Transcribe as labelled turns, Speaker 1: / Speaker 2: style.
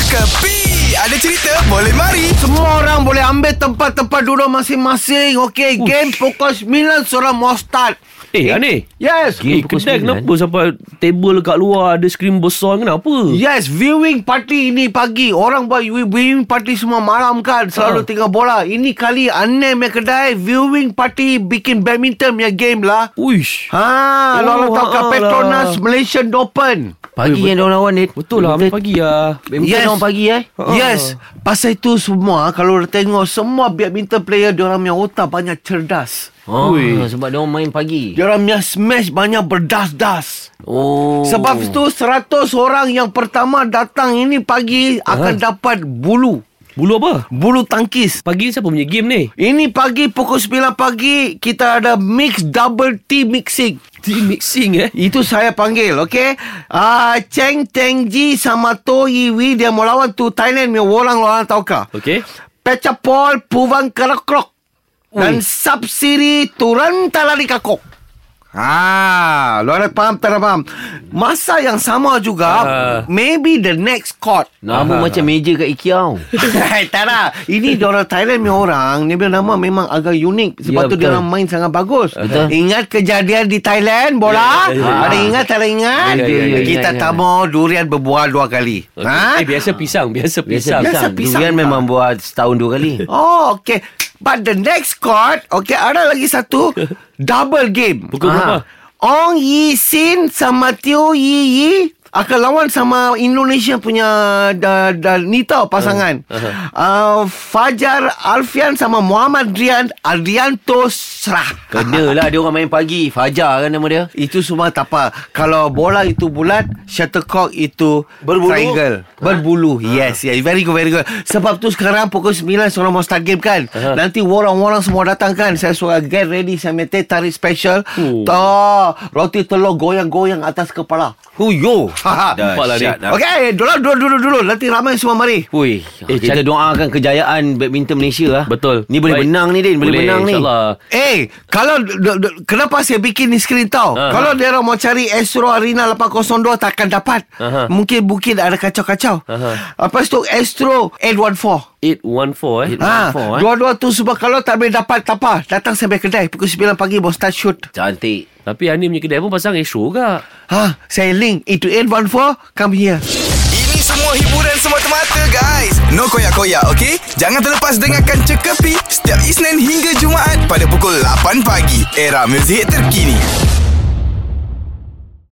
Speaker 1: Kepi Ada cerita boleh mari
Speaker 2: Semua orang boleh ambil tempat-tempat duduk masing-masing. Okey, game pukul 9 seorang mau start.
Speaker 3: Eh, aneh.
Speaker 2: Yes.
Speaker 3: Eh, kedai kenapa sampai table kat luar ada skrin besar kenapa?
Speaker 2: Yes, viewing party ini pagi. Orang buat viewing party semua malam kan. Selalu
Speaker 3: Ah.
Speaker 2: tengah bola. Ini kali aneh punya kedai viewing party bikin badminton punya game lah.
Speaker 3: Uish.
Speaker 2: Ha, oh,
Speaker 3: Oh,
Speaker 2: orang tahu
Speaker 4: ah,
Speaker 2: kat
Speaker 3: ha,
Speaker 2: Petronas
Speaker 3: lah.
Speaker 2: Malaysian Open.
Speaker 3: Eh,
Speaker 4: Pagi
Speaker 3: bet-
Speaker 4: yang diorang lawan ni
Speaker 3: Betul lah, ambil pagi lah.
Speaker 4: Badminton
Speaker 2: Yes. Ah.
Speaker 4: yes. orang pagi eh
Speaker 3: Ha.
Speaker 2: Yes Pasal itu semua Kalau tengok Semua badminton player Diorang punya otak Banyak cerdas
Speaker 4: oh,
Speaker 3: Ui.
Speaker 4: Sebab diorang main pagi
Speaker 2: Diorang punya smash Banyak berdas-das
Speaker 4: Oh
Speaker 2: Sebab itu 100 orang yang pertama datang ini pagi akan dapat bulu.
Speaker 3: Bulu apa?
Speaker 2: Bulu tangkis.
Speaker 3: Pagi ni siapa punya game ni?
Speaker 2: Ini pagi pukul 9 pagi kita ada mix double tea mixing.
Speaker 3: Team mixing eh.
Speaker 2: Itu saya panggil, okey? Ah, Cheng Teng Ji sama To Yi Wei dia mau lawan tu Thailand punya orang-orang tauka.
Speaker 3: Okey.
Speaker 2: Pechapol Puvang Karakrok dan Subsiri Turan Talari Kakok. Ah, lo nak faham tak nak faham? Masa yang sama juga,
Speaker 3: Ah.
Speaker 2: maybe the next court.
Speaker 4: Nama
Speaker 3: Aha.
Speaker 4: macam meja kat IKEA tau.
Speaker 2: Hai, tak lah. Ini orang Thailand punya orang, dia punya nama memang agak unik. Sebab
Speaker 4: Ya,
Speaker 2: tu dia
Speaker 4: betul.
Speaker 2: orang main sangat bagus.
Speaker 4: Betul.
Speaker 2: Ingat kejadian di Thailand bola?
Speaker 3: Ya, ya, ya.
Speaker 2: Ada ingat, tak ada ingat?
Speaker 4: Ya, ya, ya,
Speaker 2: Kita
Speaker 4: ingat,
Speaker 2: tak
Speaker 4: ingat.
Speaker 2: mau durian berbuah dua kali. Ha?
Speaker 3: Okay. Eh, biasa pisang, biasa
Speaker 4: Biasa
Speaker 3: pisang.
Speaker 2: Biasa
Speaker 4: pisang,
Speaker 2: pisang
Speaker 4: Durian
Speaker 2: tak?
Speaker 4: memang buat setahun dua kali
Speaker 2: Oh, okay. But the next court, okay, ada lagi satu double game.
Speaker 3: Pukul berapa?
Speaker 2: Ong Yi Sin sama Teo Yi Yi akan lawan sama Indonesia punya da, da, ni tau pasangan. Uh, Fajar Alfian sama Muhammad Rian Adrianto Srah.
Speaker 4: Kena lah dia orang main pagi Fajar kan nama dia
Speaker 2: Itu semua tak apa. Kalau bola itu bulat, shuttlecock itu
Speaker 4: Berbulu.
Speaker 2: triangle.
Speaker 3: Ha?
Speaker 2: Berbulu. Yes, yes. Very good, very good. Sebab tu sekarang pukul 9 seorang mau start game kan.
Speaker 3: Ha.
Speaker 2: Nanti orang-orang semua datang kan. Saya suruh get ready. Saya minta tarik special.
Speaker 3: Oh.
Speaker 2: Toh, roti telur goyang-goyang atas kepala. Huyo.
Speaker 3: Nampak lah ni.
Speaker 2: Okay, dulu, dulu, dulu, dulu. Nanti ramai semua mari.
Speaker 4: Ui, eh, kita doakan kejayaan badminton Malaysia lah.
Speaker 3: Betul.
Speaker 4: Ni boleh
Speaker 3: Baik.
Speaker 4: menang ni Din,
Speaker 3: Boleh,
Speaker 4: boleh, menang ni.
Speaker 3: insyaAllah.
Speaker 2: Eh, kalau d- d- kenapa saya bikin ni skrin tau?
Speaker 3: Aha.
Speaker 2: Kalau dia orang mau cari Astro Arena 802 takkan dapat.
Speaker 3: Aha.
Speaker 2: Mungkin bukit ada kacau-kacau.
Speaker 3: Aha.
Speaker 2: Lepas tu Astro 814.
Speaker 3: 814 eh.
Speaker 2: Ha,
Speaker 4: eh?
Speaker 2: dua-dua tu sebab kalau tak boleh dapat tak apa. Datang sampai kedai pukul 9 pagi baru start shoot.
Speaker 4: Cantik.
Speaker 3: Tapi Ani punya kedai pun pasang esok ke?
Speaker 2: Ha, saya link itu 814 come here.
Speaker 1: Ini semua hiburan semata-mata guys No koyak-koyak ok Jangan terlepas dengarkan Cekapi Setiap Isnin hingga Jumaat Pada pukul 8 pagi Era muzik terkini